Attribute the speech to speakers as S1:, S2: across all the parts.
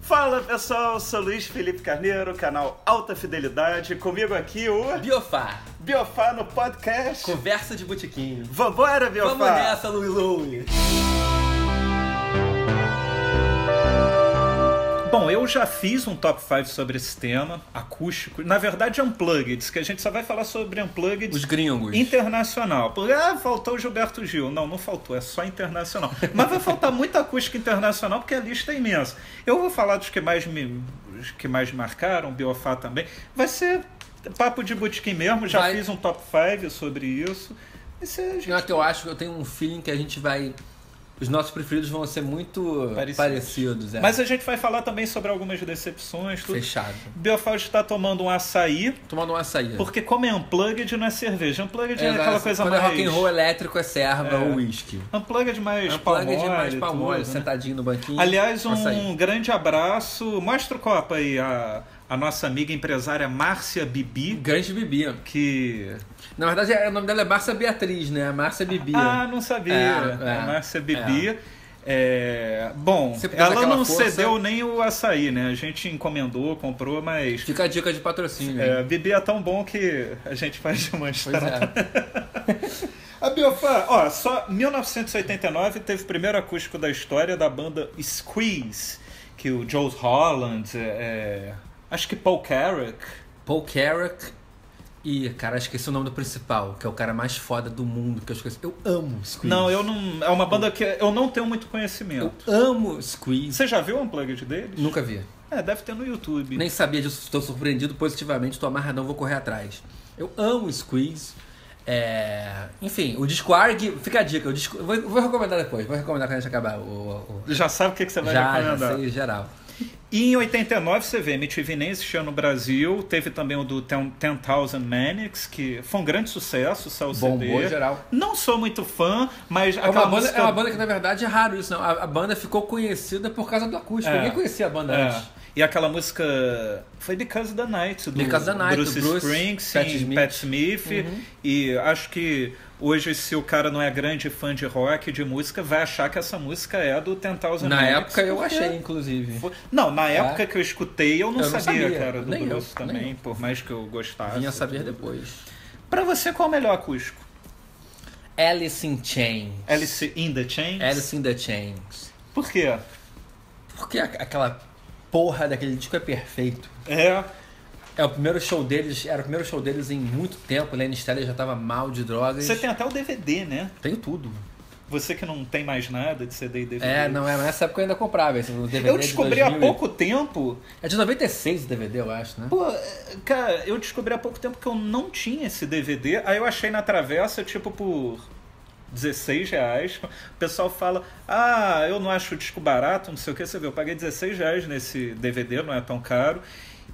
S1: Fala pessoal, sou Luiz Felipe Carneiro, canal Alta Fidelidade. Comigo aqui o
S2: Biofá,
S1: Biofá no podcast.
S2: conversa de botiquinho.
S1: Vambora, Biofá!
S2: Vamos nessa, Louie Louie.
S3: Bom, eu já fiz um top 5 sobre esse tema, acústico. Na verdade, é unplugged, que a gente só vai falar sobre unplugged
S2: Os gringos.
S3: internacional. Porque, ah, faltou o Gilberto Gil. Não, não faltou, é só internacional. Mas vai faltar muito acústico internacional, porque a lista é imensa. Eu vou falar dos que mais me, os que mais me marcaram, Biofá também. Vai ser papo de botequim mesmo, já
S2: Vai.
S3: fiz um top 5 sobre isso. Isso é, gente,
S2: Não é que eu acho, eu tenho um feeling que a gente vai... Os nossos preferidos vão ser muito parecidos.
S3: Parecidos.
S2: é.
S3: Mas a gente vai falar também sobre algumas decepções, tudo.
S2: Fechado.
S3: Biofá está tomando um açaí.
S2: Tomando um açaí.
S3: Porque como é unplugged, não é cerveja. Unplugged é,
S2: Exato.
S3: aquela coisa
S2: Quando
S3: mais...
S2: é rock and roll elétrico, é serva
S3: É.
S2: ou uísque.
S3: Unplugged mais
S2: É um plug de mais
S3: palmole,
S2: palmole,
S3: tudo, né?
S2: sentadinho no banquinho.
S3: Aliás, um
S2: açaí.
S3: grande abraço. Mostra o copo aí, a, a nossa amiga empresária Márcia Bibi,
S2: Grande bebia.
S3: que...
S2: Na verdade, é- o nome dela é Márcia Beatriz, né? Márcia Bibia.
S3: Ah, não sabia.
S2: É, é,
S3: A Márcia Bibi... é, Bom,
S2: Sempre deu
S3: ela
S2: aquela
S3: não
S2: força.
S3: cedeu nem o açaí, né? A gente encomendou, comprou, mas...
S2: Fica a dica de patrocínio. hein?
S3: É, tá. Bibi é tão bom que a gente faz de
S2: Pois
S3: manchar.
S2: é.
S3: A Biofan, ó, só 1989 teve o primeiro acústico da história da banda Squeeze, que o Joe Holland, é, acho que Paul Carrack,
S2: Paul Carrack e, cara, esqueci o nome do principal, que é o cara mais foda do mundo, que eu esqueci. Eu amo Squeeze.
S3: não, eu não, é uma banda que eu não tenho muito
S2: Eu
S3: conhecimento.
S2: amo Squeeze.
S3: Você já viu o unplugged deles?
S2: Nunca vi.
S3: É, deve ter no YouTube.
S2: Nem sabia disso, estou surpreendido positivamente, tô amarradão, vou correr atrás. Eu amo Squeeze. É... Enfim, o disco ARG, fica a dica, o disco... vou, vou recomendar depois, vou recomendar quando a gente acabar o... o-
S3: Já sabe o que, que você
S2: o-
S3: vai
S2: Já,
S3: recomendar.
S2: já sei geral.
S3: E em 89 você vê MTV nem existia no Brasil, teve também o do 10,000 Manics, que foi um grande sucesso, saiu o CD.
S2: Bombou geral.
S3: Não sou muito fã, mas
S2: É uma,
S3: aquela
S2: banda,
S3: música...
S2: é uma banda que, na verdade, é raro isso, não. A, a banda ficou conhecida por causa do acústico.
S3: É.
S2: Ninguém conhecia a banda
S3: É.
S2: antes.
S3: E aquela música foi Because of the Night, do
S2: Because of the Night,
S3: Bruce,
S2: do Bruce,
S3: Springsteen,
S2: Pat Smith. Uhum.
S3: Pat Smith. E acho que hoje, se o cara não é grande fã de rock, de música, vai achar que essa música é do Tentals
S2: Na época, eu achei, inclusive.
S3: Não, na época que eu escutei, eu não,
S2: Eu não
S3: sabia,
S2: sabia.
S3: que era do
S2: Nem eu,
S3: Bruce
S2: nem
S3: também, por mais que eu gostasse.
S2: Vinha saber depois.
S3: Pra você, qual é o melhor acústico?
S2: Alice in Chains.
S3: Alice in the Chains?
S2: Alice in the Chains.
S3: Por quê?
S2: Porque a- aquela porra daquele disco é perfeito.
S3: É,
S2: É o primeiro show deles, era o primeiro show deles em muito tempo. Lenny Stella já tava mal de drogas.
S3: você tem até o DVD, né?
S2: Tem tudo.
S3: Você que não tem mais nada de CD e DVD.
S2: É, não, é nessa época eu ainda comprava esse DVD
S3: Eu
S2: de
S3: descobri há
S2: 2000 e-
S3: pouco tempo
S2: É de 96 o DVD, eu acho, né?
S3: Pô, é, cara, eu descobri há pouco tempo que eu não tinha esse DVD. Aí eu achei na travessa, tipo, por 16 reais. O pessoal fala, ah, eu não acho o disco barato, não sei o que. Você vê, eu paguei 16 reais nesse DVD, não é tão caro.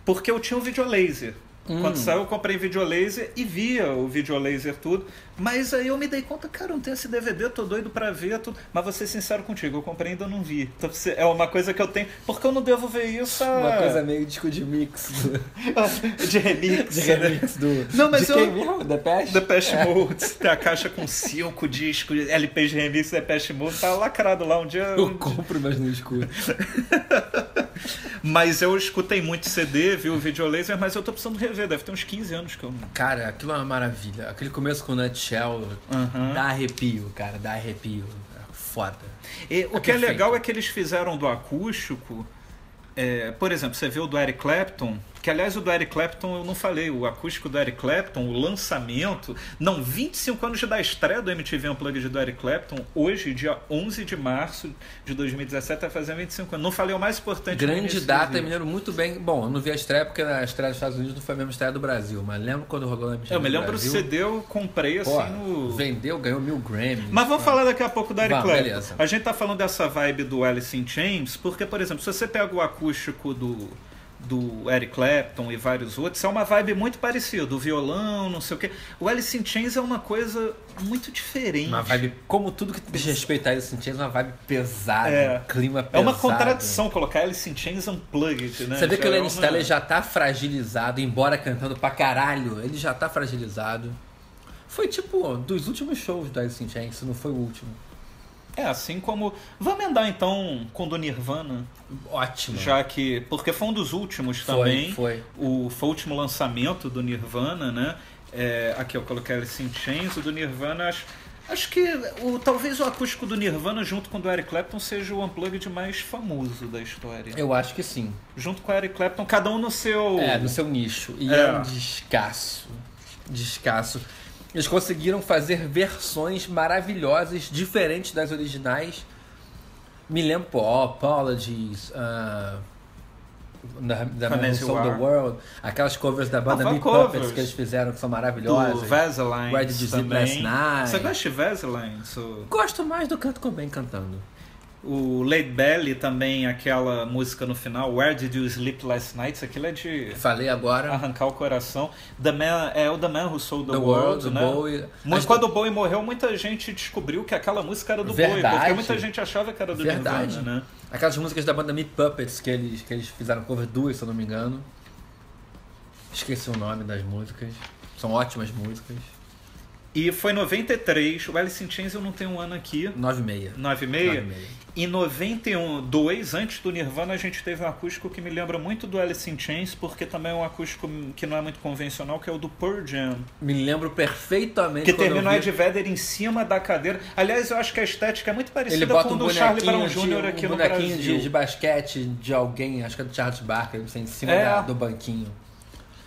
S3: Porque eu tinha um videolaser.
S2: Hum.
S3: Quando saiu, eu comprei videolaser e via o videolaser tudo. Mas aí eu me dei conta, cara, eu não tenho esse DVD, eu tô doido pra ver tudo. Mas vou ser sincero contigo, eu comprei e ainda não vi. Então, se- é uma coisa que eu tenho. Porque eu não devo ver isso há-
S2: Uma coisa meio disco de mix.
S3: de remix.
S2: De
S3: né?
S2: remix do.
S3: Não, mas
S2: de
S3: eu-
S2: Quem mesmo? The Pest?
S3: The Pest Mode, tem a caixa com cinco discos, LP de remix The Pest Mode, tá lacrado lá um dia.
S2: Eu compro, mas não escuto.
S3: Mas eu escutei muito CD, vi o videolaser, mas eu tô precisando rever, deve ter uns 15 anos que eu não.
S2: Cara, aquilo é uma maravilha. Aquele começo com o Nutshell
S3: Aham.
S2: dá arrepio, cara, dá arrepio. É Foda.
S3: E o que é
S2: perfeito.
S3: legal é que eles fizeram do acústico. é, por exemplo, você viu o do Eric Clapton, que aliás o do Eric Clapton eu não falei, o acústico do Eric Clapton, o lançamento, não, 25 anos da estreia do MTV Unplugged um do Eric Clapton, hoje, dia 11 de março de 2017, vai fazer 25 anos. Não falei o mais importante. no
S2: Grande
S3: início do
S2: data, eu
S3: vídeo.
S2: me lembro muito bem. Bom, eu não vi a estreia porque a estreia dos Estados Unidos não foi a mesma estreia do Brasil, mas lembro quando rolou a estreia
S3: É, Eu me lembro do
S2: do Brasil.
S3: CD, eu comprei assim
S2: Porra,
S3: no...
S2: Vendeu, ganhou mil Grammys.
S3: Mas vamos falar daqui a pouco do Eric
S2: Vamos,
S3: Clapton.
S2: beleza.
S3: A gente tá falando dessa vibe do Alice in Chains, porque, por exemplo, se você pega o acústico do, do Eric Clapton e vários outros, é uma vibe muito parecida. O violão, não sei o quê. O Alice in Chains é uma coisa muito diferente.
S2: Uma vibe, como tudo que diz respeito a isso, tinha uma vibe pesada,
S3: É.
S2: um clima pesado.
S3: É uma contradição colocar Alice in Chains unplugged, né?
S2: Você vê que o
S3: Já é
S2: Lenny
S3: uma-
S2: Stella já tá fragilizado, embora cantando pra caralho, ele já tá fragilizado. Foi tipo dos últimos shows do Alice in Chains, se não foi o último.
S3: É, assim como. Vamos andar então com do Nirvana,
S2: Ótimo.
S3: já que. Porque foi um dos últimos
S2: Foi,
S3: também.
S2: foi.
S3: O, foi o último lançamento do Nirvana, né? É, aqui eu coloquei Alice in Chains, o do Nirvana, acho. Acho que o, talvez o acústico do Nirvana junto com o do Eric Clapton seja o unplugged mais famoso da história.
S2: Eu acho que sim.
S3: Junto com o Eric Clapton, cada um no seu.
S2: É, no seu nicho. E é,
S3: É.
S2: um descasso. Descasso. Eles conseguiram fazer versões maravilhosas, diferentes das originais. Me lembro, pô, Apologies, ah, da, da
S3: Finesse
S2: Revolution of the
S3: War.
S2: World, aquelas covers da banda
S3: Ah,
S2: Me
S3: covers.
S2: Puppets que eles fizeram, que são
S3: do
S2: maravilhosas.
S3: Vaseline.
S2: Where Did You Sleep
S3: também.
S2: Last Night?
S3: Você gosta de Vaseline? O-
S2: Gosto mais do Canto Cobain cantando.
S3: O Lady Belly também, aquela música no final, Where Did You Sleep Last Night? Isso aquilo é de
S2: Falei agora.
S3: arrancar o coração. The Man- é o The Man Who Sold the,
S2: É. The
S3: World,
S2: World, do
S3: né?
S2: Bowie.
S3: Mas
S2: Acho que-
S3: quando o Bowie morreu, muita gente descobriu que aquela música era do Bowie,
S2: Verdade.
S3: porque muita gente achava que era do
S2: Verdade.
S3: Nirvana, né?
S2: Aquelas músicas da banda Me Puppets que eles, que eles fizeram cover duas, se eu não me engano. Esqueci o nome das músicas. São ótimas músicas.
S3: E foi em 93, o Alice in Chains eu não tenho um ano aqui,
S2: 9 e meia.
S3: 9 e
S2: Nove e
S3: meio. Em 91, dois antes do Nirvana, a gente teve um acústico que me lembra muito do Alice in Chains, porque também é um acústico que não é muito convencional, que é o do Pearl Jam.
S2: Me lembro perfeitamente
S3: Que
S2: quando eu
S3: termina o
S2: vi-
S3: Ed Vedder em cima da cadeira. Aliás, eu acho que a estética é muito parecida
S2: Ele bota
S3: com
S2: um
S3: o do Charlie Brown
S2: bonequinho,
S3: Jr.
S2: de,
S3: aqui
S2: um
S3: no
S2: bonequinho
S3: Brasil.
S2: de, de basquete de alguém, acho que é do Charles Barker, assim, em cima
S3: É.
S2: da- do banquinho.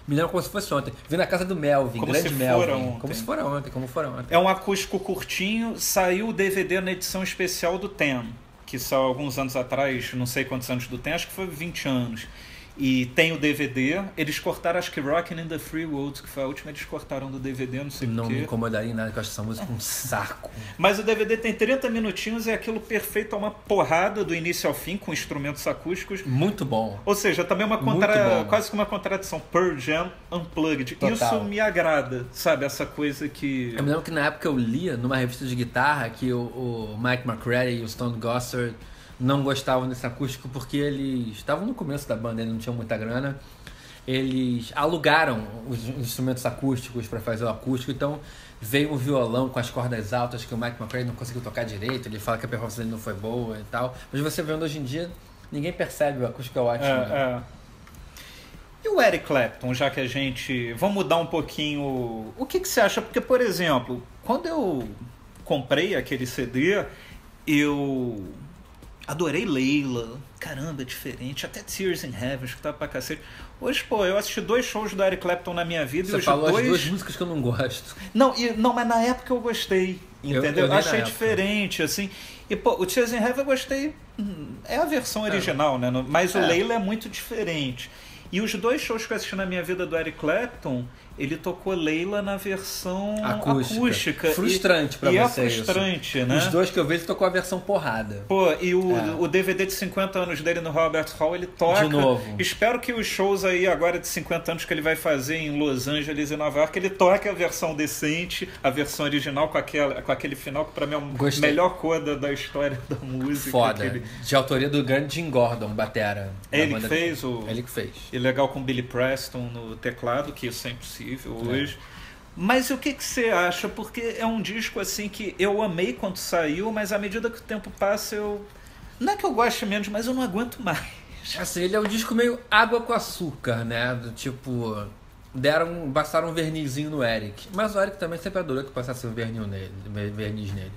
S2: Me lembro como se fosse ontem. Vi na casa do Melvin,
S3: Como
S2: grande
S3: se fora
S2: Melvin.
S3: ontem.
S2: Como se fora ontem, como fora ontem.
S3: É um acústico curtinho, saiu o DVD na edição especial do Ten, que saiu alguns anos atrás, não sei quantos anos do Ten, acho que foi 20 anos. E tem o DVD, eles cortaram acho que Rockin' in the Free World, que foi a última, eles cortaram do DVD, não sei
S2: Não
S3: porquê.
S2: me incomodaria em nada, que eu acho essa música um saco.
S3: Mas o DVD tem 30 minutinhos e é aquilo perfeito, é uma porrada do início ao fim, com instrumentos acústicos.
S2: Muito bom.
S3: Ou seja, também uma
S2: Muito
S3: contra...
S2: bom. né?
S3: quase que uma contradição. Pearl Jam Unplugged.
S2: Total. É
S3: Isso me agrada, sabe? Essa coisa que.
S2: Eu me lembro que na época eu lia numa revista de guitarra que o, o Mike McCready e o Stone Gossard não gostavam desse acústico porque eles estavam no começo da banda, eles não tinham muita grana. Eles alugaram os instrumentos acústicos para fazer o acústico, então veio um violão com as cordas altas que o Mike McCready não conseguiu tocar direito, ele fala que a performance dele não foi boa e tal. Mas você vendo hoje em dia, ninguém percebe o acústico é ótimo. né?
S3: É, é. E o Eric Clapton, já que a gente. Vamos mudar um pouquinho. O que, que você acha? Porque, por exemplo, quando eu comprei aquele CD, eu adorei Leila. Caramba, é diferente. Até Tears in Heaven, acho que tava pra cacete. Hoje, pô, eu assisti dois shows do Eric Clapton na minha vida e
S2: Você
S3: os
S2: falou as
S3: dois
S2: duas músicas que eu não gosto.
S3: Não, e, não, mas na época eu gostei.
S2: Eu-
S3: Entendeu?
S2: eu vi na
S3: achei
S2: época.
S3: diferente, assim. E, pô, o Tears in Heaven eu gostei. hum, É a versão original, né? No- Mas
S2: É.
S3: o Leila é muito diferente. E os dois shows que eu assisti na minha vida do Eric Clapton, ele tocou Leila na versão
S2: Acústica.
S3: acústica.
S2: Frustrante
S3: e,
S2: pra
S3: e
S2: você
S3: é
S2: isso.
S3: frustrante, né?
S2: Os dois que eu vejo tocou a versão porrada.
S3: Pô, e o,
S2: É.
S3: o DVD de 50 anos dele no Robert Hall, ele toca.
S2: De novo.
S3: Espero que os shows aí agora de 50 anos que ele vai fazer em Los Angeles e Nova York, ele toque a versão decente, a versão original com, aquela, com aquele final que pra mim é a
S2: Gostei.
S3: melhor coda da história da música.
S2: Foda.
S3: aquele-
S2: De autoria do grande Jim Gordon, batera.
S3: É
S2: da
S3: ele que
S2: banda-
S3: fez o-
S2: Ele que fez.
S3: E legal com Billy Preston no teclado, que isso é impossível hoje. Mas o que, que você acha? Porque é um disco assim que eu amei quando saiu, mas à medida que o tempo passa eu. Não é que eu goste menos, mas eu não aguento mais.
S2: Assim, ele é um disco meio água com açúcar, né? Do tipo. Deram, passaram um vernizinho no Eric. Mas o Eric também sempre adorou que passasse um vernil nele, ver- verniz nele.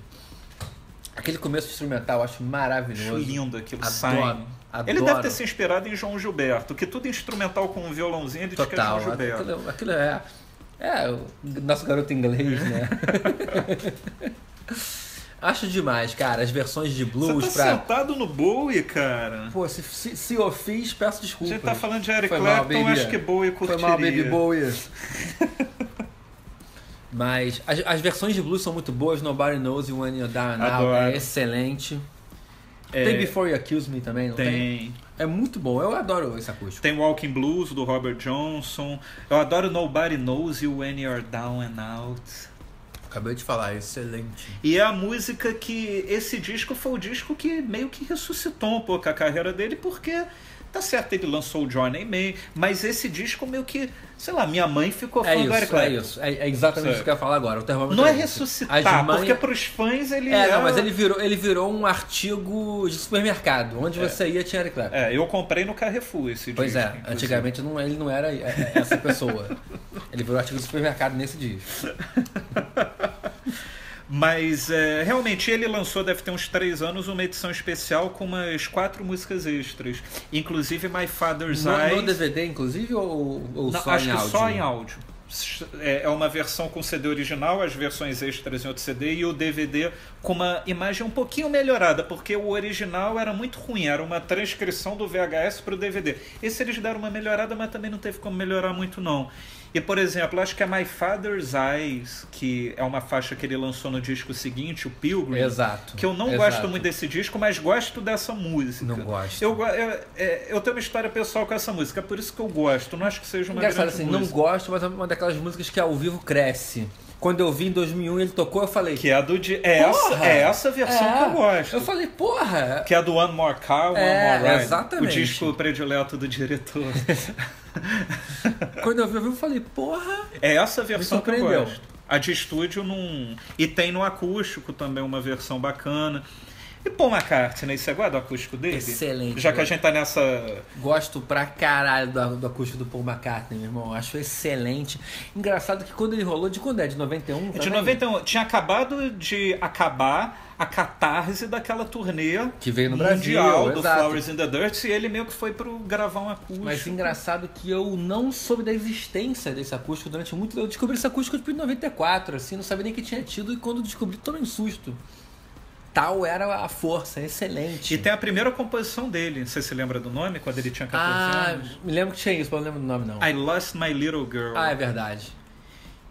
S2: Aquele começo instrumental eu acho
S3: Acho
S2: maravilhoso.
S3: lindo aquilo,
S2: É Adoro,
S3: Sign.
S2: adoro.
S3: Ele deve ter se inspirado em João Gilberto, que tudo instrumental com um violãozinho ele diz que é
S2: Total.
S3: João Gilberto.
S2: Aquilo, aquilo é. É, o nosso garoto inglês,
S3: É.
S2: né? acho demais, cara. As versões de blues
S3: Você tá
S2: pra.
S3: sentado no Bowie, cara.
S2: Pô, se, se, se eu fiz, peço desculpas.
S3: Você tá falando de Eric
S2: Foi mal,
S3: Clapton,
S2: baby.
S3: acho que Bowie curtiria.
S2: Foi mal, Baby Bowie. Mas as, as versões de blues são muito boas. Nobody Knows You When You Down Now
S3: Adoro.
S2: é excelente.
S3: É,
S2: Tem Before You Accuse Me também, não tem?
S3: tem.
S2: É muito bom. Eu adoro esse acústico.
S3: Tem Walking Blues, do Robert Johnson. Eu adoro Nobody Knows You When You're Down and Out.
S2: Acabei de falar, é excelente.
S3: E é a música que. Esse disco foi o disco que meio que ressuscitou um pouco a carreira dele, porque Tá certo, ele lançou o Johnny May, mas esse disco meio que, sei lá, minha mãe ficou fã
S2: É
S3: do Eric
S2: isso, é
S3: Clapton.
S2: isso. É, é exatamente
S3: Certo.
S2: isso que eu ia falar agora. O termômetro
S3: Não é
S2: esse.
S3: ressuscitar,
S2: As mães-
S3: porque pros fãs ele
S2: É, não, mas ele virou, ele virou um artigo de supermercado. Onde você ia tinha Eric Clapton.
S3: É, eu comprei no Carrefour esse
S2: Pois
S3: disco.
S2: é,
S3: inclusive.
S2: antigamente não, ele não era é, é, essa pessoa. ele virou artigo de supermercado nesse dia.
S3: Mas é, realmente ele lançou, deve ter uns três anos, uma edição especial com umas quatro músicas extras. Inclusive My Father's
S2: No, no
S3: Eyes.
S2: DVD, inclusive, ou, ou
S3: Não,
S2: só
S3: acho
S2: em
S3: que
S2: áudio?
S3: só em áudio. É é uma versão com CD original, as versões extras em outro CD e o DVD com uma imagem um pouquinho melhorada, porque o original era muito ruim, era uma transcrição do VHS para o DVD. Esse eles deram uma melhorada, mas também não teve como melhorar muito não. E por exemplo, acho que é My Father's Eyes, que é uma faixa que ele lançou no disco seguinte, o Pilgrim,
S2: Exato.
S3: que eu não
S2: exato.
S3: gosto muito desse disco, mas gosto dessa música.
S2: Não gosto.
S3: Eu, go- eu, é, eu tenho uma história pessoal com essa música, é por isso que eu gosto. Não acho que seja uma
S2: Engraçado
S3: grande
S2: assim, não
S3: música.
S2: gosto, mas é uma daquelas músicas que ao vivo cresce. Quando eu vi em 2001 ele tocou, eu falei.
S3: Que é a do di- é essa,
S2: Porra!
S3: é essa versão
S2: É.
S3: que eu gosto.
S2: Eu falei, porra!
S3: Que é a do One More Car, One
S2: É,
S3: More Ride.
S2: exatamente.
S3: O disco predileto do diretor.
S2: Quando eu vi ao vivo, eu falei, porra!
S3: é essa versão que eu
S2: surpreendeu.
S3: gosto. A de estúdio num. E tem no acústico também uma versão bacana. E Paul McCartney, você guarda o acústico dele?
S2: Excelente,
S3: Já que a
S2: gosto.
S3: gente tá nessa.
S2: Gosto pra caralho do, do acústico do Paul McCartney, meu irmão. Acho excelente. Engraçado que quando ele rolou, de quando é? De 91?
S3: De
S2: também?
S3: 91, tinha acabado de acabar a catarse daquela turnê
S2: Que veio no
S3: um. mundial
S2: Brasil,
S3: do
S2: exato.
S3: Flowers in the Dirt e ele meio que foi pro gravar um acústico.
S2: Mas engraçado que eu não soube da existência desse acústico durante muito Eu descobri esse acústico tipo, em 94, assim, não sabia nem que tinha tido, e quando descobri, tomei um susto. Tal era a força, excelente.
S3: E tem a primeira composição dele, você se lembra do nome, quando ele tinha 14
S2: Ah,
S3: anos?
S2: me lembro que tinha isso, mas não lembro do nome, não.
S3: I Lost My Little Girl.
S2: Ah, é verdade.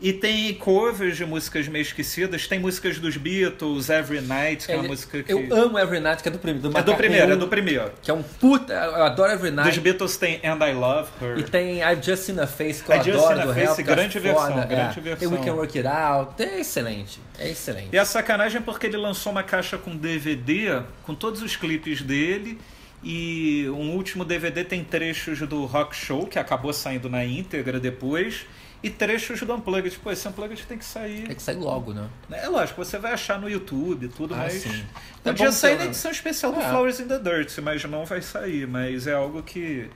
S3: E tem covers de músicas meio esquecidas, tem músicas dos Beatles, Every Night, que é uma
S2: Ele-
S3: música que...
S2: Eu amo Every Night, que é do primeiro.
S3: É do
S2: Macaco
S3: primeiro, é
S2: Nenhum,
S3: do primeiro.
S2: Que é um puta. Eu adoro Every
S3: Dos
S2: Night.
S3: Beatles tem And I Love Her.
S2: E tem I've Just Seen a Face, que eu
S3: I've Just
S2: adoro,
S3: Seen a
S2: do
S3: Face,
S2: Help, que eu
S3: grande
S2: acho
S3: versão,
S2: foda,
S3: grande
S2: é.
S3: versão.
S2: Tem We Can Work It Out, é excelente, é excelente.
S3: E a sacanagem é porque ele lançou uma caixa com DVD, com todos os clipes dele. E um último DVD tem trechos do Rock Show, que acabou saindo na íntegra depois, e trechos do Unplugged. Pô, esse Unplugged tem que sair.
S2: É que sai logo, né?
S3: É lógico, você vai achar no YouTube e tudo,
S2: Ah,
S3: mas.
S2: sim. É
S3: Podia
S2: bom
S3: sair
S2: ter,
S3: na
S2: né?
S3: edição um especial do
S2: É.
S3: Flowers in the Dirt, mas não vai sair. Mas é algo que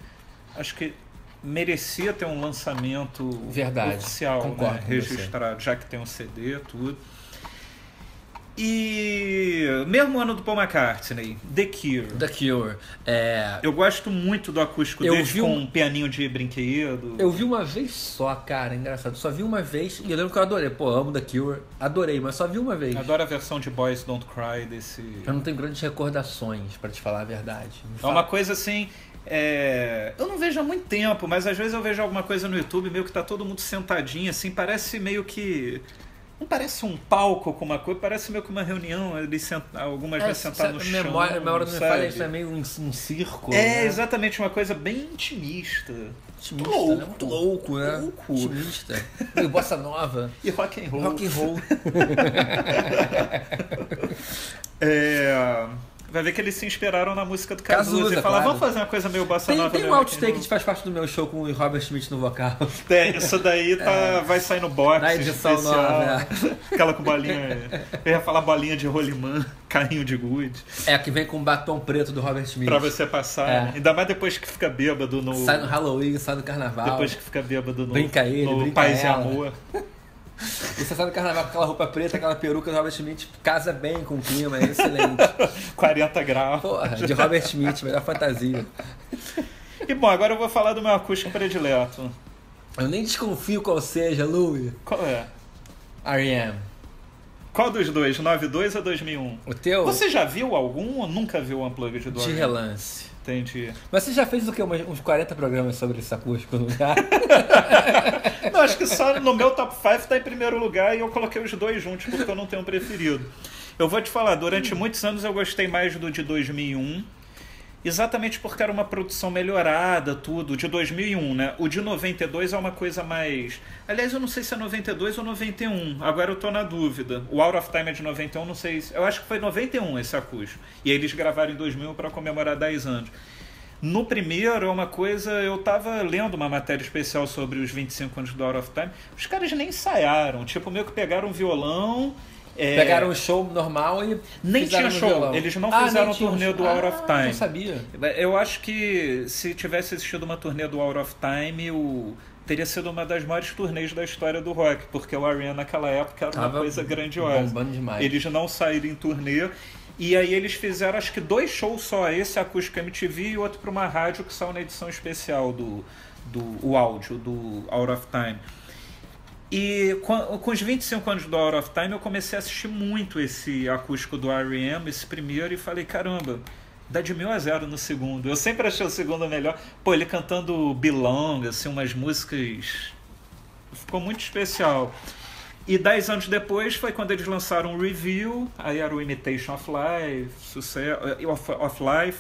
S3: acho que merecia ter um lançamento
S2: Verdade.
S3: oficial,
S2: Concordo
S3: né?
S2: com
S3: registrado, já que tem um CD, tudo. E mesmo ano do Paul McCartney, The Cure.
S2: The Cure. É,
S3: Eu gosto muito do acústico
S2: Eu
S3: deles
S2: vi
S3: com
S2: um-
S3: um pianinho de brinquedo.
S2: eu vi uma vez só, cara, engraçado. Só vi uma vez e eu lembro que eu adorei. Pô, amo The Cure, adorei, mas só vi Ah, uma vez.
S3: Adoro a versão de Boys Don't Cry desse.
S2: Eu não tenho grandes recordações, pra te falar a verdade. Me
S3: É
S2: fala.
S3: uma coisa assim. é, Eu não vejo há muito tempo, mas às vezes eu vejo alguma coisa no YouTube, meio que tá todo mundo sentadinho, assim, parece meio que. Não parece um palco com uma coisa, parece meio que uma reunião, eles sent... algumas
S2: É,
S3: vezes sentado no
S2: se-
S3: chão.
S2: memória, memória não me falha,
S3: sabe?
S2: isso é meio um, um circo.
S3: É,
S2: né?
S3: exatamente, uma coisa bem intimista.
S2: Otimista,
S3: Louco,
S2: né? Muito louco, né?
S3: louco.
S2: Otimista. Meio bossa nova.
S3: E rock and roll.
S2: Rock and roll.
S3: É, Vai ver que eles se inspiraram na música do Cazuza,
S2: Cazuza,
S3: e falaram,
S2: claro.
S3: vamos fazer uma coisa meio bossa
S2: Tem,
S3: nova.
S2: tem
S3: meio
S2: um
S3: rock and
S2: outtake
S3: roll.
S2: que faz parte do meu show com o Robert Smith no vocal.
S3: É, isso daí tá, vai sair no box.
S2: É. Na edição
S3: especial,
S2: nova, é.
S3: Aquela com bolinha. Eu ia falar bolinha de rolimã, carrinho de gude.
S2: É, que vem com o batom preto do Robert Smith.
S3: Pra você passar.
S2: É.
S3: Ainda mais depois que fica bêbado no.
S2: Sai no Halloween, sai no carnaval.
S3: Depois que fica bêbado no.
S2: Brinca ele,
S3: no
S2: brinca
S3: Paz
S2: ela.
S3: e Amor.
S2: E você sai no carnaval com aquela roupa preta, aquela peruca do Robert Smith, casa bem com o clima, é excelente.
S3: 40 graus.
S2: Porra, de Robert Smith, melhor fantasia.
S3: E bom, agora eu vou falar do meu acústico predileto.
S2: Eu nem desconfio qual seja, Louie.
S3: Qual é?
S2: R.E.M.
S3: Qual dos dois? 92 ou 2001?
S2: O teu?
S3: Você já viu algum ou nunca viu o Unplugged do
S2: De
S3: Iron Man?
S2: relance.
S3: Entendi.
S2: Mas você já fez o quê? Umas- Uns 40 programas sobre esse acústico no lugar?
S3: Não, acho que só no meu top 5 tá em primeiro lugar e eu coloquei os dois juntos porque eu não tenho um preferido. Eu vou te falar, durante muitos anos eu gostei mais do de 2001, exatamente porque era uma produção melhorada, tudo, de 2001, né? O de 92 é uma coisa mais. Aliás, eu não sei se é 92 ou 91, agora eu tô na dúvida. O Out of Time é de 91, não um sei. se- Eu acho que foi 91 esse acústico. E aí eles gravaram em 2000 para comemorar 10 anos. No primeiro é uma coisa, eu tava lendo uma matéria especial sobre os 25 anos do Out of Time, os caras nem ensaiaram, tipo, meio que pegaram um violão. é,
S2: Pegaram o show normal e.
S3: Nem
S2: fizeram
S3: tinha
S2: no
S3: show,
S2: violão. Ah,
S3: eles não
S2: nem
S3: fizeram
S2: tinha
S3: o turnê
S2: show.
S3: do Out of
S2: Ah,
S3: Time.
S2: Não sabia.
S3: Né, Eu acho que se tivesse existido uma turnê do Out of Time, o... teria sido uma das maiores turnês da história do rock, porque o Arena naquela época era uma
S2: Tava
S3: coisa grandiosa.
S2: bombando demais.
S3: Eles não saíram em turnê. E aí eles fizeram acho que dois shows só, esse acústico MTV e outro para uma rádio que saiu na edição especial do, do o áudio do Out of Time. E com, com os 25 anos do Out of Time, eu comecei a assistir muito esse acústico do R.E.M., esse primeiro, e falei, caramba, dá de mil a zero no segundo. Eu sempre achei o segundo melhor. Pô, ele cantando Belong, assim, umas músicas... Ficou muito especial. E 10 anos depois foi quando eles lançaram o Review, aí era o Imitation of Life, sucesso, eh, of, of Life.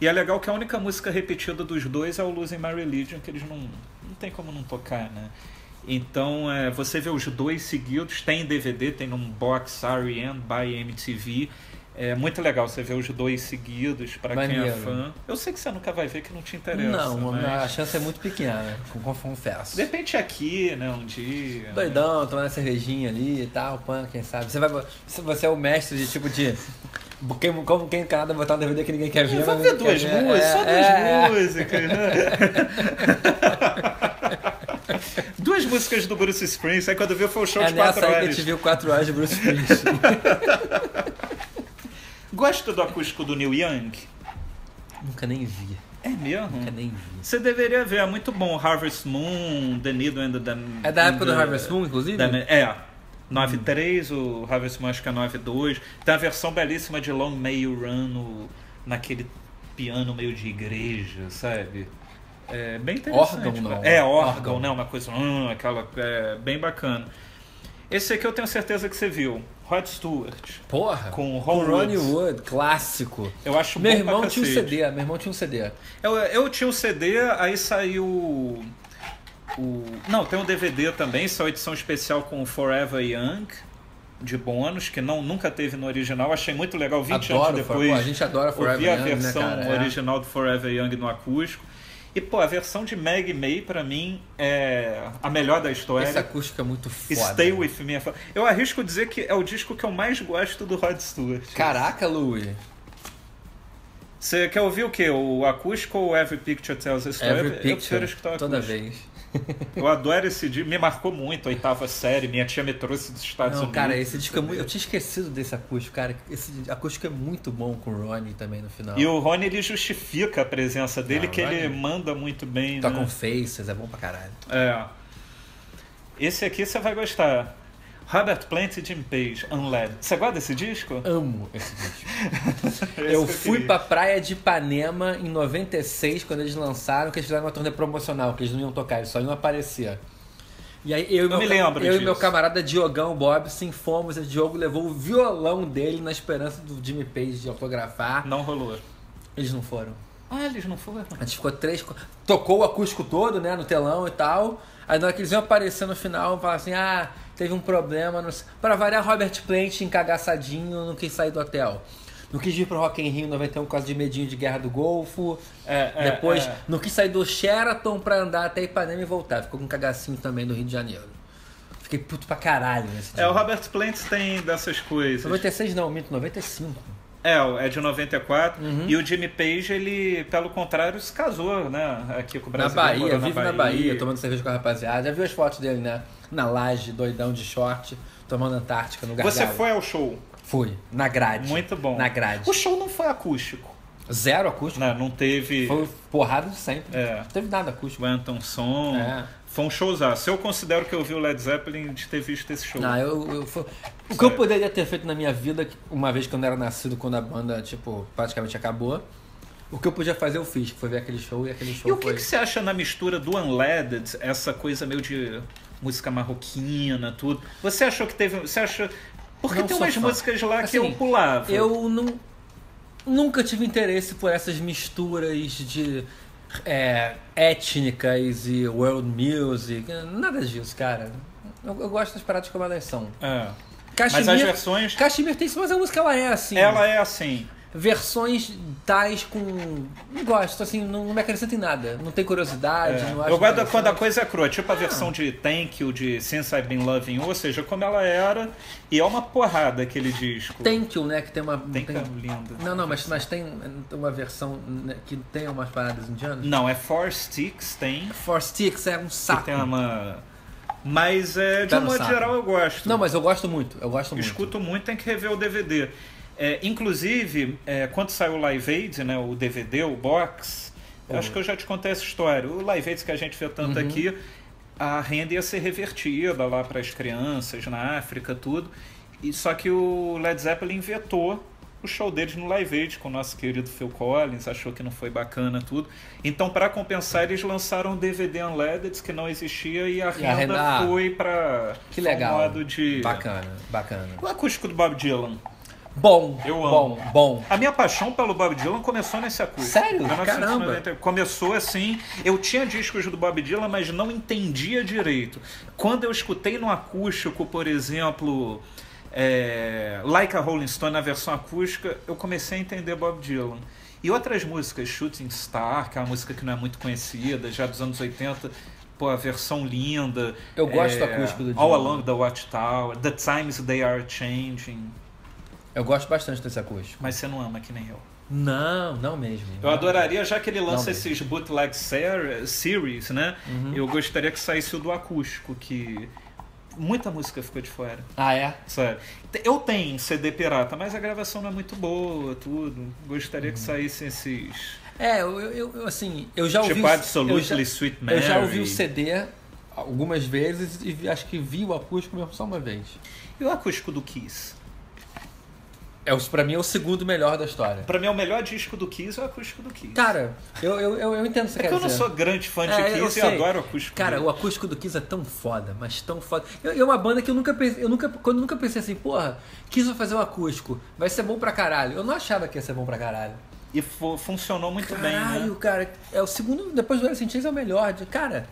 S3: E é legal que a única música repetida dos dois é o Losing My Religion, que eles não, não tem como não tocar, né? Então, eh, você vê os dois seguidos, tem em DVD, tem num box R.E.M. by MTV. É muito legal você ver os dois seguidos, pra quem é
S2: Maneiro.
S3: fã. Eu sei que você nunca vai ver, que não te interessa.
S2: Não,
S3: mas...
S2: a chance é muito pequena, com- com- confesso.
S3: De repente aqui, né, um dia. né?
S2: Doidão, tomando uma cervejinha ali e tal, pan, quem sabe. Você, vai, se você é o mestre de tipo de. quem- Como quem em Canadá botar um DVD que ninguém quer ver.
S3: É, vai
S2: mas
S3: ver
S2: ninguém
S3: duas
S2: quer ver.
S3: músicas,
S2: É,
S3: só duas
S2: é,
S3: músicas, né? duas músicas do Bruce Springsteen, aí quando viu foi o show
S2: É, é
S3: de quatro
S2: nessa aí que a
S3: horas.
S2: gente viu 4 horas de Bruce Springsteen.
S3: Gosta do acústico do Neil Young?
S2: Nunca nem vi,
S3: É mesmo?
S2: nunca nem vi.
S3: Você deveria ver, é muito bom. Harvest Moon, The Needle and the...
S2: É da época
S3: and
S2: do
S3: the-
S2: Harvest Moon, inclusive?
S3: Hum, Da- é.
S2: Hum.
S3: 9.3, o Harvest Moon acho que é 9.2. Tem a versão belíssima de Long May You Run no- naquele piano meio de igreja, sabe? É bem interessante.
S2: Órgão, não.
S3: É, órgão,
S2: Órgão.
S3: né? Uma coisa... hum, aquela... É, bem bacana. Esse aqui eu tenho certeza que você viu. Rod Stewart.
S2: Porra!
S3: Com o
S2: o
S3: Ron
S2: Ronnie
S3: Wood.
S2: Wood, clássico.
S3: Eu acho
S2: Meu
S3: bom
S2: irmão
S3: pra
S2: tinha um
S3: cacete.
S2: CD, meu irmão tinha um CD.
S3: Eu, eu tinha um CD, aí saiu. O... Não, tem um DVD também, só edição especial com o Forever Young, de bônus, que não, nunca teve no original. Achei muito legal, 20
S2: Adoro,
S3: anos
S2: For-
S3: depois.
S2: pô, a gente adora Forever
S3: ouvi a
S2: Young, né,
S3: versão
S2: cara? É.
S3: original do Forever Young no acústico. E, pô, a versão de Meg May, pra mim, é a melhor da história.
S2: Esse acústico é muito foda.
S3: Stay With Me. é fo- Eu arrisco dizer que é o disco que eu mais gosto do Rod Stewart.
S2: Caraca, Louie.
S3: Você quer ouvir o quê? O acústico ou Every Picture Tells a Story?
S2: Every
S3: eu prefiro
S2: Picture,
S3: escutar o
S2: toda
S3: acústico.
S2: vez.
S3: Eu adoro esse disco, me marcou muito a oitava série, minha tia me trouxe dos Estados
S2: Não,
S3: Unidos.
S2: cara, esse disco é muito... Eu tinha esquecido desse acústico, cara. Esse acústico é muito bom com o Ronnie também no final.
S3: E o Rony, ele justifica a presença dele,
S2: Ah,
S3: que ele
S2: vai, né?
S3: manda muito bem,
S2: Toca com
S3: né?
S2: Faces, é bom pra caralho.
S3: É. Esse aqui você vai gostar. Robert Plant e Jim Page, Unled. Você gosta desse disco?
S2: Amo esse disco.
S3: Esse
S2: eu
S3: que
S2: fui
S3: queria.
S2: pra praia de Ipanema em 96, quando eles lançaram, que eles fizeram uma turnê promocional, que eles não iam tocar, eles só iam aparecer. E aí eu, e
S3: Eu
S2: meu
S3: me
S2: ca-
S3: lembro
S2: eu e
S3: disso.
S2: meu camarada Diogão Bobson fomos, e o Diogo levou o violão dele na esperança do Jimmy Page de autografar.
S3: Não rolou.
S2: Eles não foram.
S3: Ah, eles não foram.
S2: A gente ficou três. qu- Tocou o acústico todo, né? No telão e tal. Aí na hora que eles iam aparecer no final, falaram assim: ah, teve um problema. Não... sei- Pra variar, Robert Plant encagaçadinho, não quis sair do hotel. Não quis vir pro Rock in Rio 91 por causa de medinho de guerra do Golfo.
S3: É, é,
S2: Depois,
S3: é.
S2: não quis sair do Sheraton pra andar até Ipanema e voltar. Ficou com um cagacinho também no Rio de Janeiro. Fiquei puto pra caralho nesse
S3: É,
S2: dia.
S3: o Robert Plant tem dessas coisas.
S2: 96 não, minto, 95.
S3: É, o- é de 94.
S2: Uhum.
S3: E o Jimmy Page, ele, pelo contrário, se casou, né? Aqui com o
S2: Na
S3: Brasil.
S2: Bahia, vive na Bahia, tomando cerveja com a rapaziada. Já viu as fotos dele, né? Na laje, doidão de short, tomando Antártica no gargalo.
S3: Você foi ao show?
S2: Fui. Na grade.
S3: Muito bom.
S2: Na grade.
S3: O show não foi acústico.
S2: Zero acústico.
S3: Não, não teve.
S2: Foi porrada de sempre.
S3: É.
S2: Não teve nada acústico.
S3: Quantum Som.
S2: É.
S3: Foi um showzaço. Eu considero que eu vi o Led Zeppelin de ter visto esse show.
S2: Não, eu, eu fui- O que eu poderia ter feito na minha vida, uma vez que eu não era nascido, quando a banda, tipo, praticamente acabou, o que eu podia fazer, eu fiz, que foi ver aquele show e aquele show
S3: e o que,
S2: é, foi...
S3: que você acha na mistura do Unleaded, essa coisa meio de música marroquina, tudo? Você achou que teve. Você achou. Porque
S2: Não
S3: tem
S2: sou
S3: umas
S2: fã.
S3: músicas lá que
S2: Assim,
S3: eu pulava.
S2: Eu não, nunca tive interesse por essas misturas de é, étnicas e world music, nada disso, cara. Eu, eu gosto das paradas como elas são.
S3: É. Mas as
S2: Kashmir,
S3: versões.
S2: Kashmir tem isso, mas a música ela é assim.
S3: Ela é assim.
S2: versões tais com. Não gosto, assim, não, não me acrescenta em nada. Não tem curiosidade, não acho.
S3: É,
S2: assim.
S3: Eu gosto
S2: interessante.
S3: quando a coisa é crua, tipo a versão de Thank You de Since I've Been Loving You, ou seja, como ela era, e é uma porrada aquele disco.
S2: Thank you, né? Que tem uma.
S3: Thank You é linda.
S2: Não, não, mas, mas tem uma versão né, que tem umas paradas indianas.
S3: Não, é Four Sticks, tem,
S2: Four Sticks é um
S3: que
S2: saco.
S3: tem uma... Mas é, de
S2: Tá
S3: um
S2: no
S3: modo
S2: saco.
S3: geral eu gosto.
S2: Não, mas eu gosto muito, eu gosto muito.
S3: Escuto muito, tem que rever o DVD. É, inclusive, é, quando saiu o Live Aid, né, o DVD, o box,
S2: Uhum.
S3: eu acho que eu já te contei essa história. O Live Aid que a gente vê tanto aqui, a renda ia ser revertida lá para as crianças na África, tudo. E só que o Led Zeppelin vetou o show deles no Live Aid com o nosso querido Phil Collins, achou que não foi bacana tudo. Então, para compensar, eles lançaram um o DVD Unleaded, que não existia, e a renda,
S2: renda-
S3: foi para
S2: Que legal.
S3: modo de...
S2: Bacana, bacana.
S3: O acústico do Bob Dylan.
S2: Bom,
S3: Eu
S2: bom, bom.
S3: A minha paixão pelo Bob Dylan começou nesse acústico.
S2: Sério?
S3: 1990. Começou assim. Eu tinha discos do Bob Dylan, mas não entendia direito. Quando eu escutei no acústico, por exemplo, é, Like a Rolling Stone na versão acústica, eu comecei a entender Bob Dylan. E outras músicas, Shooting Star, que é uma música que não é muito conhecida, já dos anos 80. Pô, a versão linda. é,
S2: Eu gosto do acústico do
S3: All
S2: Dylan.
S3: Along the Watchtower, The Times They Are Changing.
S2: Eu gosto bastante desse acústico.
S3: Mas você não ama que nem eu.
S2: Não, não mesmo.
S3: Eu adoraria, já que ele lança
S2: Não,
S3: esses bootleg ser- series, né? Eu gostaria que saísse o do acústico, que muita música ficou de fora,
S2: Ah, é?
S3: sério. Te- Eu tenho CD pirata, mas a gravação não é muito boa, tudo. Gostaria que saíssem esses...
S2: É, eu, eu- eu, assim, eu já ouvi.
S3: Tipo
S2: o-
S3: Absolutely
S2: eu já-
S3: Sweet Mary.
S2: Eu já ouvi o CD algumas vezes e vi- acho que vi o acústico mesmo só uma vez.
S3: E o acústico do Kiss?
S2: É, o- pra mim é o segundo melhor da história.
S3: Pra mim, é o melhor disco do Kiss é o acústico do Kiss.
S2: Cara, eu, eu, eu, eu entendo o que você
S3: é
S2: Tá, quer
S3: que eu não
S2: dizer.
S3: sou grande fã de
S2: É, eu
S3: Kiss e
S2: sei.
S3: adoro o acústico né?
S2: Cara,
S3: dele.
S2: o acústico do Kiss é tão foda, mas tão foda. Eu- É uma banda que eu nunca pensei, eu nunca, quando eu nunca pensei assim, porra, Kiss vai fazer um acústico, vai ser bom pra caralho. Eu não achava que ia ser bom pra caralho.
S3: E fo- funcionou muito bem, né?
S2: Caralho, cara, é o segundo, depois do Alice in Chains é o melhor. de- Cara,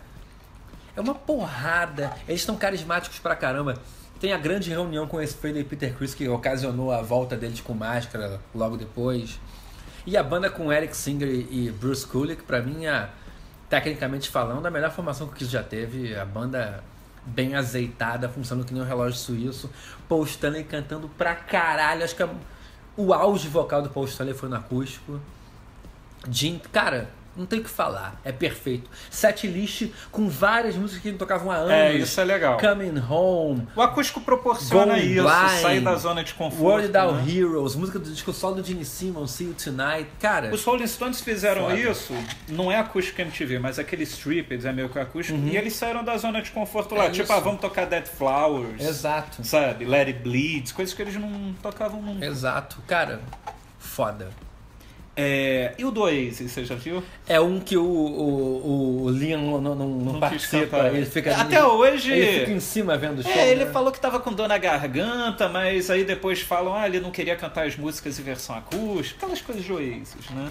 S2: é uma porrada. Eles estão carismáticos pra caramba. Tem a grande reunião com esse Freddie Peter Chris que ocasionou a volta deles com máscara logo depois. E a banda com Eric Singer e e Bruce Kulick, pra mim, é, tecnicamente falando, a melhor formação que o Kiss já teve. A banda bem azeitada, funcionando que nem um relógio suíço. Paul Stanley cantando pra caralho. Acho que a- o auge vocal do Paul Stanley foi no acústico. Jim, cara, não tem o que falar. É perfeito. Setlist com várias músicas que ele tocava há anos.
S3: É, isso é legal.
S2: Coming Home,
S3: O acústico proporciona
S2: Going
S3: isso,
S2: blind.
S3: sair da zona de conforto.
S2: World Down
S3: né?
S2: Heroes, música do disco solo do Gene Simmons, See You Tonight. Cara,
S3: Os Rolling Stones fizeram
S2: Foda.
S3: isso, não é acústico MTV, mas aqueles strippers é meio que acústico, e eles saíram da zona de conforto lá,
S2: Uhum. É
S3: tipo,
S2: isso.
S3: ah, vamos tocar Dead Flowers,
S2: exato.
S3: sabe, Let It Bleed, coisas que eles não tocavam
S2: É.
S3: nunca.
S2: Exato. Cara, foda.
S3: É, e o do Oasis, você já viu?
S2: É um que o, o, o Liam não, não, não, não
S3: quis
S2: participa.
S3: cantar.
S2: Ele fica,
S3: Até hoje...
S2: Ele fica em cima vendo o show.
S3: É, ele
S2: né?
S3: falou que tava com dor na garganta, mas aí depois falam, ah, ele não queria cantar as músicas em versão acústica, aquelas coisas de Oasis, né?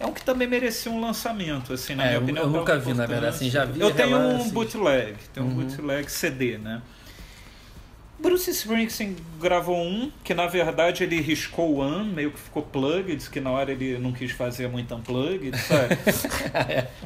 S3: É um que também merecia um lançamento, assim, na
S2: É,
S3: minha
S2: eu-
S3: opinião.
S2: eu
S3: que é
S2: nunca
S3: um
S2: vi, na verdade, assim, já vi
S3: Eu tenho um
S2: relances. Uhum.
S3: bootleg, tenho um bootleg CD, né? Bruce Springsteen gravou um, que na verdade ele riscou o One, meio que ficou plugged, que na hora ele não quis fazer muito unplugged, sabe?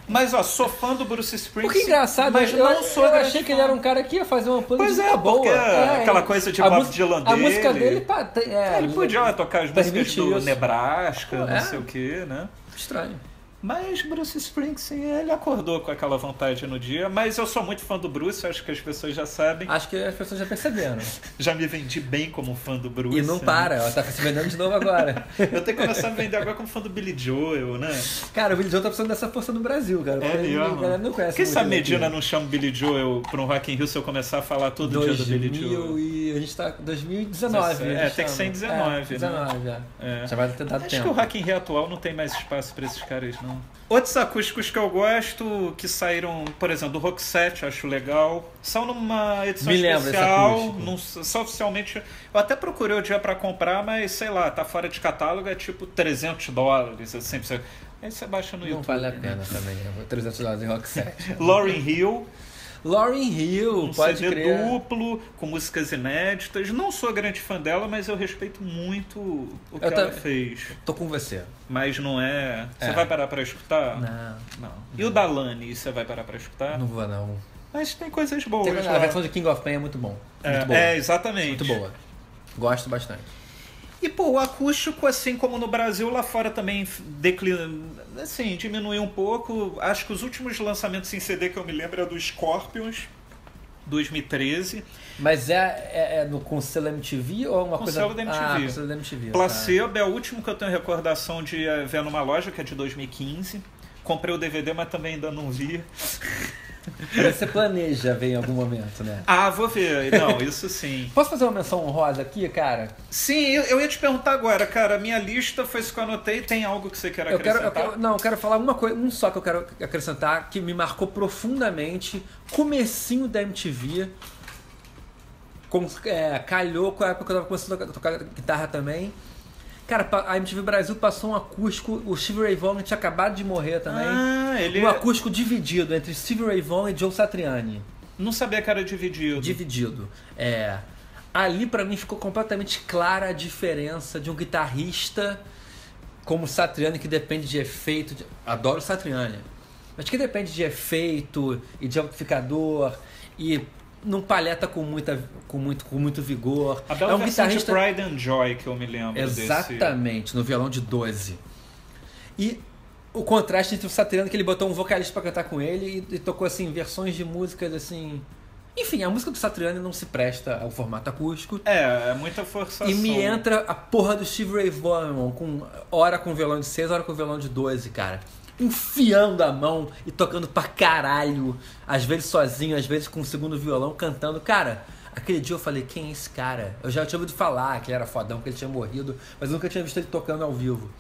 S3: Mas ó, sou fã do Bruce Springsteen.
S2: Porque é engraçado,
S3: mas
S2: eu,
S3: não sou
S2: eu
S3: grande
S2: achei que
S3: fã.
S2: ele era um cara que ia fazer uma plano
S3: Pois
S2: de
S3: é,
S2: música boa.
S3: porque aquela coisa de Bob
S2: música-
S3: Dylan
S2: A música
S3: dele-
S2: dele, pá, tem- é,
S3: Ele podia tocar as músicas
S2: Permite
S3: do
S2: isso.
S3: Nebraska, não
S2: É.
S3: sei o que, né?
S2: Estranho.
S3: Mas Bruce Springsteen, ele acordou com aquela vontade no dia. Mas eu sou muito fã do Bruce, acho que as pessoas já sabem.
S2: Acho que as pessoas já perceberam.
S3: Já me vendi bem como fã do Bruce.
S2: E não
S3: né?
S2: para, ela tá se vendendo de novo agora.
S3: Eu tenho que começar a me vender agora como fã do Billy Joel, né?
S2: Cara, o Billy Joel tá precisando dessa força no Brasil, cara.
S3: É
S2: Porque A
S3: mesmo.
S2: galera não conhece
S3: Quem
S2: muito
S3: sabe
S2: ele aqui.
S3: Medina não chama o Billy Joel pra um Rock in Rio se eu começar a falar todo dia do Billy
S2: 2000
S3: Joel?
S2: e... A gente tá... 2019.
S3: É,
S2: eles
S3: tem que ser em 19,
S2: chamam. É,
S3: né?
S2: 19, já.
S3: É.
S2: Já vai ter dado
S3: Acho
S2: tempo.
S3: que o Rock in Rio atual não tem mais espaço pra esses caras, não. Outros acústicos que eu gosto, que saíram, por exemplo, do Rock 7, acho legal. São numa edição
S2: Me lembra esse
S3: especial,
S2: acústico.
S3: não, só oficialmente. Eu até procurei o dia pra comprar, mas sei lá, tá fora de catálogo, é tipo 300 dólares, assim. pra você- Aí você baixa no
S2: Não
S3: YouTube.
S2: vale a
S3: né?
S2: pena também. Eu vou 300 dólares em Rock 7.
S3: Lauryn Hill.
S2: Lauryn Hill,
S3: um
S2: pode
S3: CD
S2: crer.
S3: duplo, com músicas inéditas. Não sou grande fã dela, mas eu respeito muito o que
S2: Eu
S3: ela
S2: tam-
S3: fez.
S2: Tô com você.
S3: Mas não é. Você
S2: É.
S3: vai parar pra escutar?
S2: Não,
S3: Não. E o da Lani, você vai parar pra escutar?
S2: não vou não.
S3: Mas tem coisas boas.
S2: Tem-
S3: lá.
S2: a versão de King of Pain é muito bom.
S3: é,
S2: muito boa.
S3: é, exatamente.
S2: muito boa. Gosto bastante.
S3: E, pô, o acústico, assim como no Brasil, lá fora também f- declina. Assim, diminuiu um pouco. Acho que os últimos lançamentos em CD que eu me lembro é do Scorpions, 2013.
S2: Mas é, é, é no, com selo MTV ou é uma
S3: Com
S2: coisa...
S3: selo da MTV.
S2: Ah, com selo da MTV. tá.
S3: Placebo é o último que eu tenho recordação de eh, ver numa loja, que é de 2015. Comprei o DVD, mas também ainda não vi.
S2: Você planeja ver em algum momento, né?
S3: Ah, vou ver. Não, isso sim.
S2: Posso fazer uma menção honrosa aqui, cara?
S3: Sim, eu, eu ia te perguntar agora, cara. Minha lista foi isso que eu anotei. Tem algo que você quer
S2: Eu quero,
S3: acrescentar?
S2: eu quero- não, eu quero falar uma coisa, um só que eu quero acrescentar que me marcou profundamente, comecinho da MTV, com- é, calhou com a época que eu tava começando a tocar guitarra também. Cara, pa- a MTV Brasil passou um acústico, o Steve Ray Vaughan tinha acabado de morrer também.
S3: Ah, ele...
S2: Um acústico dividido entre Steve Ray Vaughan e Joe Satriani.
S3: Não sabia que era dividido.
S2: dividido. É, ali pra mim ficou completamente clara a diferença de um guitarrista como Satriani que depende de efeito, de- adoro Satriani, mas que depende de efeito e de amplificador e não palheta com muita com muito com muito vigor.
S3: A bela
S2: é um
S3: versão
S2: guitarrista
S3: de Pride and Joy que eu me lembro desse.
S2: Exatamente, no violão de 12. E o contraste entre o Satriano, que ele botou um vocalista pra cantar com ele e, e tocou, assim, versões de músicas, assim... Enfim, a música do Satriano não se presta ao formato acústico.
S3: É, é muita forçação.
S2: E me entra a porra do Steve Ray Vaughan com hora com violão de 6, hora com violão de 12, cara. Enfiando a mão e tocando pra caralho. Às vezes sozinho, às vezes com o segundo violão, cantando. Cara, aquele dia eu falei, quem é esse cara? Eu já tinha ouvido falar que ele era fodão, que ele tinha morrido, mas eu nunca tinha visto ele tocando ao vivo.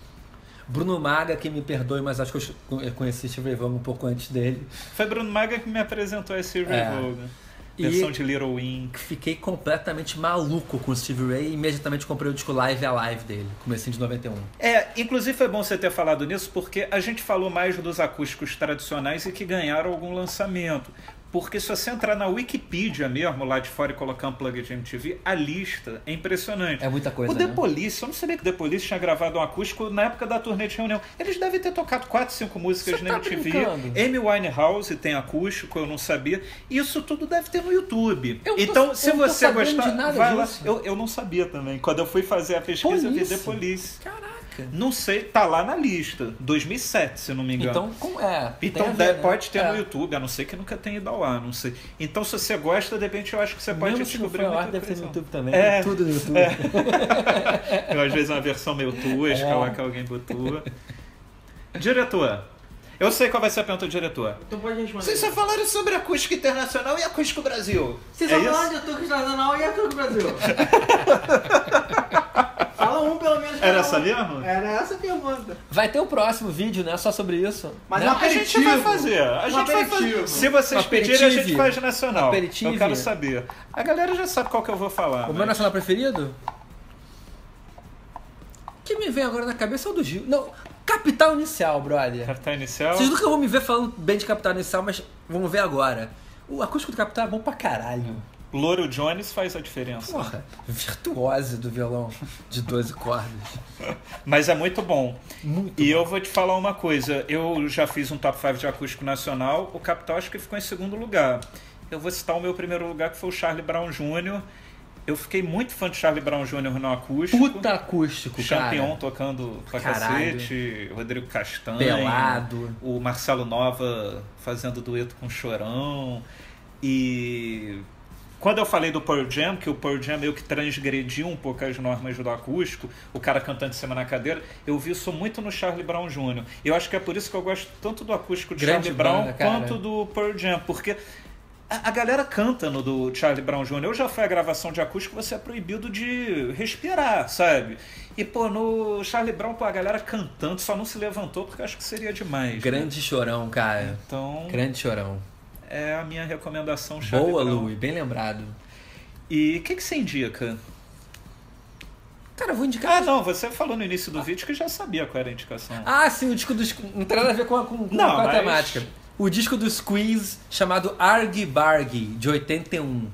S2: Bruno Maga, que me perdoe, mas acho que eu conheci Steve Ray Vaughan um pouco antes dele.
S3: Foi Bruno Maga que me apresentou esse Revolver.
S2: É. E-
S3: Versão de Little Wing.
S2: Fiquei completamente maluco com o Steve Ray e imediatamente comprei o disco Live Alive dele, comecinho de 91.
S3: É, inclusive foi bom você ter falado nisso, porque a gente falou mais dos acústicos tradicionais e que ganharam algum lançamento. Porque se você entrar na Wikipedia mesmo, lá de fora, e colocar um plug de MTV, a lista é impressionante.
S2: É muita coisa,
S3: O The
S2: né?
S3: Police, eu não sabia que o The Police tinha gravado um acústico na época da turnê de reunião. Eles devem ter tocado 4, 5 músicas
S2: Você
S3: na
S2: tá
S3: MTV.
S2: brincando?
S3: Amy Winehouse tem acústico, eu não sabia. Isso tudo deve ter no YouTube.
S2: Eu não tô-
S3: então, se
S2: eu não tô
S3: você
S2: sabendo
S3: gostar,
S2: de nada
S3: vai lá.
S2: disso.
S3: Eu, eu não sabia também. Quando eu fui fazer a pesquisa, eu vi
S2: Police?
S3: The Police.
S2: Caraca!
S3: Não sei, tá lá na lista. 2007, se não me engano.
S2: Então, como é? tem
S3: Então
S2: a ver,
S3: deve-
S2: né?
S3: pode ter
S2: É.
S3: no YouTube, a não ser que nunca tenha ido ao ar, não sei. Então se você gosta, de repente eu acho que você pode
S2: Mesmo se não for
S3: descobrir
S2: ao ar,
S3: muita
S2: deve ter
S3: coisa.
S2: no YouTube também.
S3: É.
S2: Tem Tudo no YouTube.
S3: Eu, às vezes é uma versão meio tosca, lá que alguém botou. Diretor. Eu sei qual vai ser a pergunta do diretor.
S4: Tu Então pode responder.
S3: Vocês só falaram sobre acústico internacional e acústico Brasil.
S4: Vocês
S3: É
S4: estão
S3: isso?
S4: falando de Tuque Nacional e a Tuque Brasil. Fala um pelo
S3: Era
S4: menos. cada um.
S3: essa É mesmo?
S2: É.
S4: Era essa a pergunta.
S2: Vai ter o próximo vídeo, né? Só sobre isso.
S4: Mas
S2: né?
S4: é um
S3: A gente vai
S4: Aperitivo.
S3: fazer. A
S4: Um
S3: gente vai fazer.
S4: aperitivo.
S3: Se vocês
S2: Um Aperitivo.
S3: pedirem, a gente faz nacional. Eu
S2: Aperitivo.
S3: quero saber. A galera já sabe qual que eu vou falar. né?
S2: O
S3: mas-
S2: meu nacional preferido? O que me vem agora na cabeça é o do Gil. Não, Capital Inicial, brother.
S3: Cartão Tá inicial.
S2: Vocês nunca vão me ver falando bem de Capital Inicial, mas vamos ver agora. O acústico do Capital é bom pra caralho.
S3: Louro Jones faz a diferença.
S2: Porra, virtuose do violão de 12 cordas.
S3: Mas é muito bom.
S2: Muito.
S3: E eu vou te falar uma coisa. Eu já fiz um top 5 de acústico nacional. O Capital acho que ficou em segundo lugar. Eu vou citar o meu primeiro lugar, que foi o Charlie Brown Jr. Eu fiquei muito fã de Charlie Brown Jr. no acústico.
S2: Puta acústico,
S3: Champion
S2: cara.
S3: tocando pra
S2: Caralho.
S3: cacete, Rodrigo Castanho,
S2: Pelado.
S3: o Marcelo Nova fazendo dueto com o Chorão. E quando eu falei do Pearl Jam, que o Pearl Jam meio que transgrediu um pouco as normas do acústico, o cara cantando de cima na cadeira, eu vi isso muito no Charlie Brown Jr. E eu acho que é por isso que eu gosto tanto do acústico de
S2: Grande
S3: Charlie Brown
S2: banda, cara.
S3: quanto do Pearl Jam, porque a, a galera canta no do Charlie Brown Jr. Eu já fui a gravação de acústico, você é proibido de respirar, sabe? E, pô, no Charlie Brown, pô, a galera cantando só não se levantou porque eu acho que seria demais. né?
S2: Grande chorão, cara.
S3: Então,
S2: Grande chorão.
S3: é a minha recomendação, Charlie
S2: Boa,
S3: Brown.
S2: Lui, bem lembrado.
S3: E o que, que você indica?
S2: Cara, eu vou
S3: Ah,
S2: indicar.
S3: não, você falou no início do vídeo que já sabia qual era a indicação.
S2: Ah, sim, o disco dos. Não tem nada a ver com a, com, com-
S3: Não,
S2: com a
S3: mas-
S2: temática. o disco do Squeeze chamado Argy Bargy, de 81.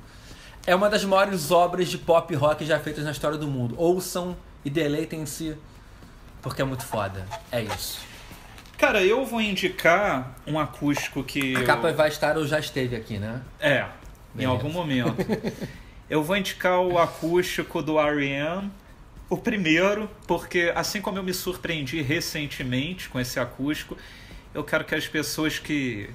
S2: É uma das maiores obras de pop rock já feitas na história do mundo. Ouçam e deleitem-se, porque é muito foda. É isso.
S3: Cara, eu vou indicar um acústico que.
S2: A
S3: eu-
S2: capa é vai estar ou já esteve aqui, né?
S3: É, em
S2: Beleza.
S3: algum momento. eu vou indicar o acústico do R.E.M., o primeiro, porque assim como eu me surpreendi recentemente com esse acústico, eu quero que as pessoas que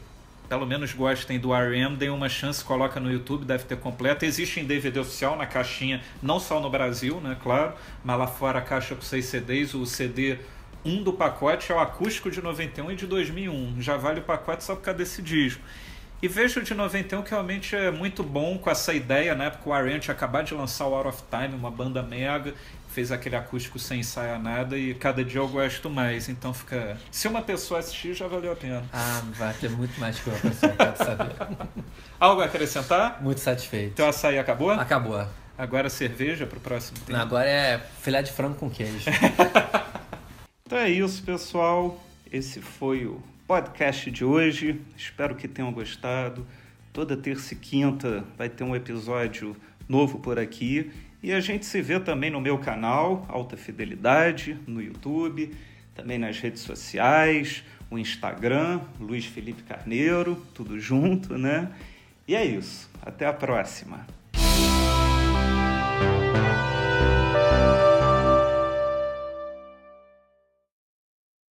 S3: pelo menos gostem do R.E.M. deem uma chance, coloca no YouTube, deve ter completo. Existe em DVD oficial, na caixinha, não só no Brasil, né, claro, mas lá fora a caixa com seis CDs, o CD... Um do pacote é o acústico de 91 e de 2001. Já vale o pacote só por causa desse disco. E vejo o de 91 que realmente é muito bom com essa ideia, né? Porque o Ariane tinha acabado de lançar o Out of Time, uma banda mega, fez aquele acústico sem ensaiar nada e cada dia eu gosto mais. Então fica. Se uma pessoa assistir, já valeu a pena.
S2: Ah, vai ter muito mais que eu pessoal, quero saber.
S3: Algo a acrescentar?
S2: Muito satisfeito.
S3: Teu açaí acabou?
S2: Acabou.
S3: Agora cerveja pro próximo tempo.
S2: Agora é filé de frango com queijo.
S3: Então é isso, pessoal. Esse foi o podcast de hoje. Espero que tenham gostado. Toda terça e quinta vai ter um episódio novo por aqui. E a gente se vê também no meu canal, Alta Fidelidade, no YouTube, também nas redes sociais, o Instagram, Luiz Felipe Carneiro, tudo junto, né? E é isso. Até a próxima.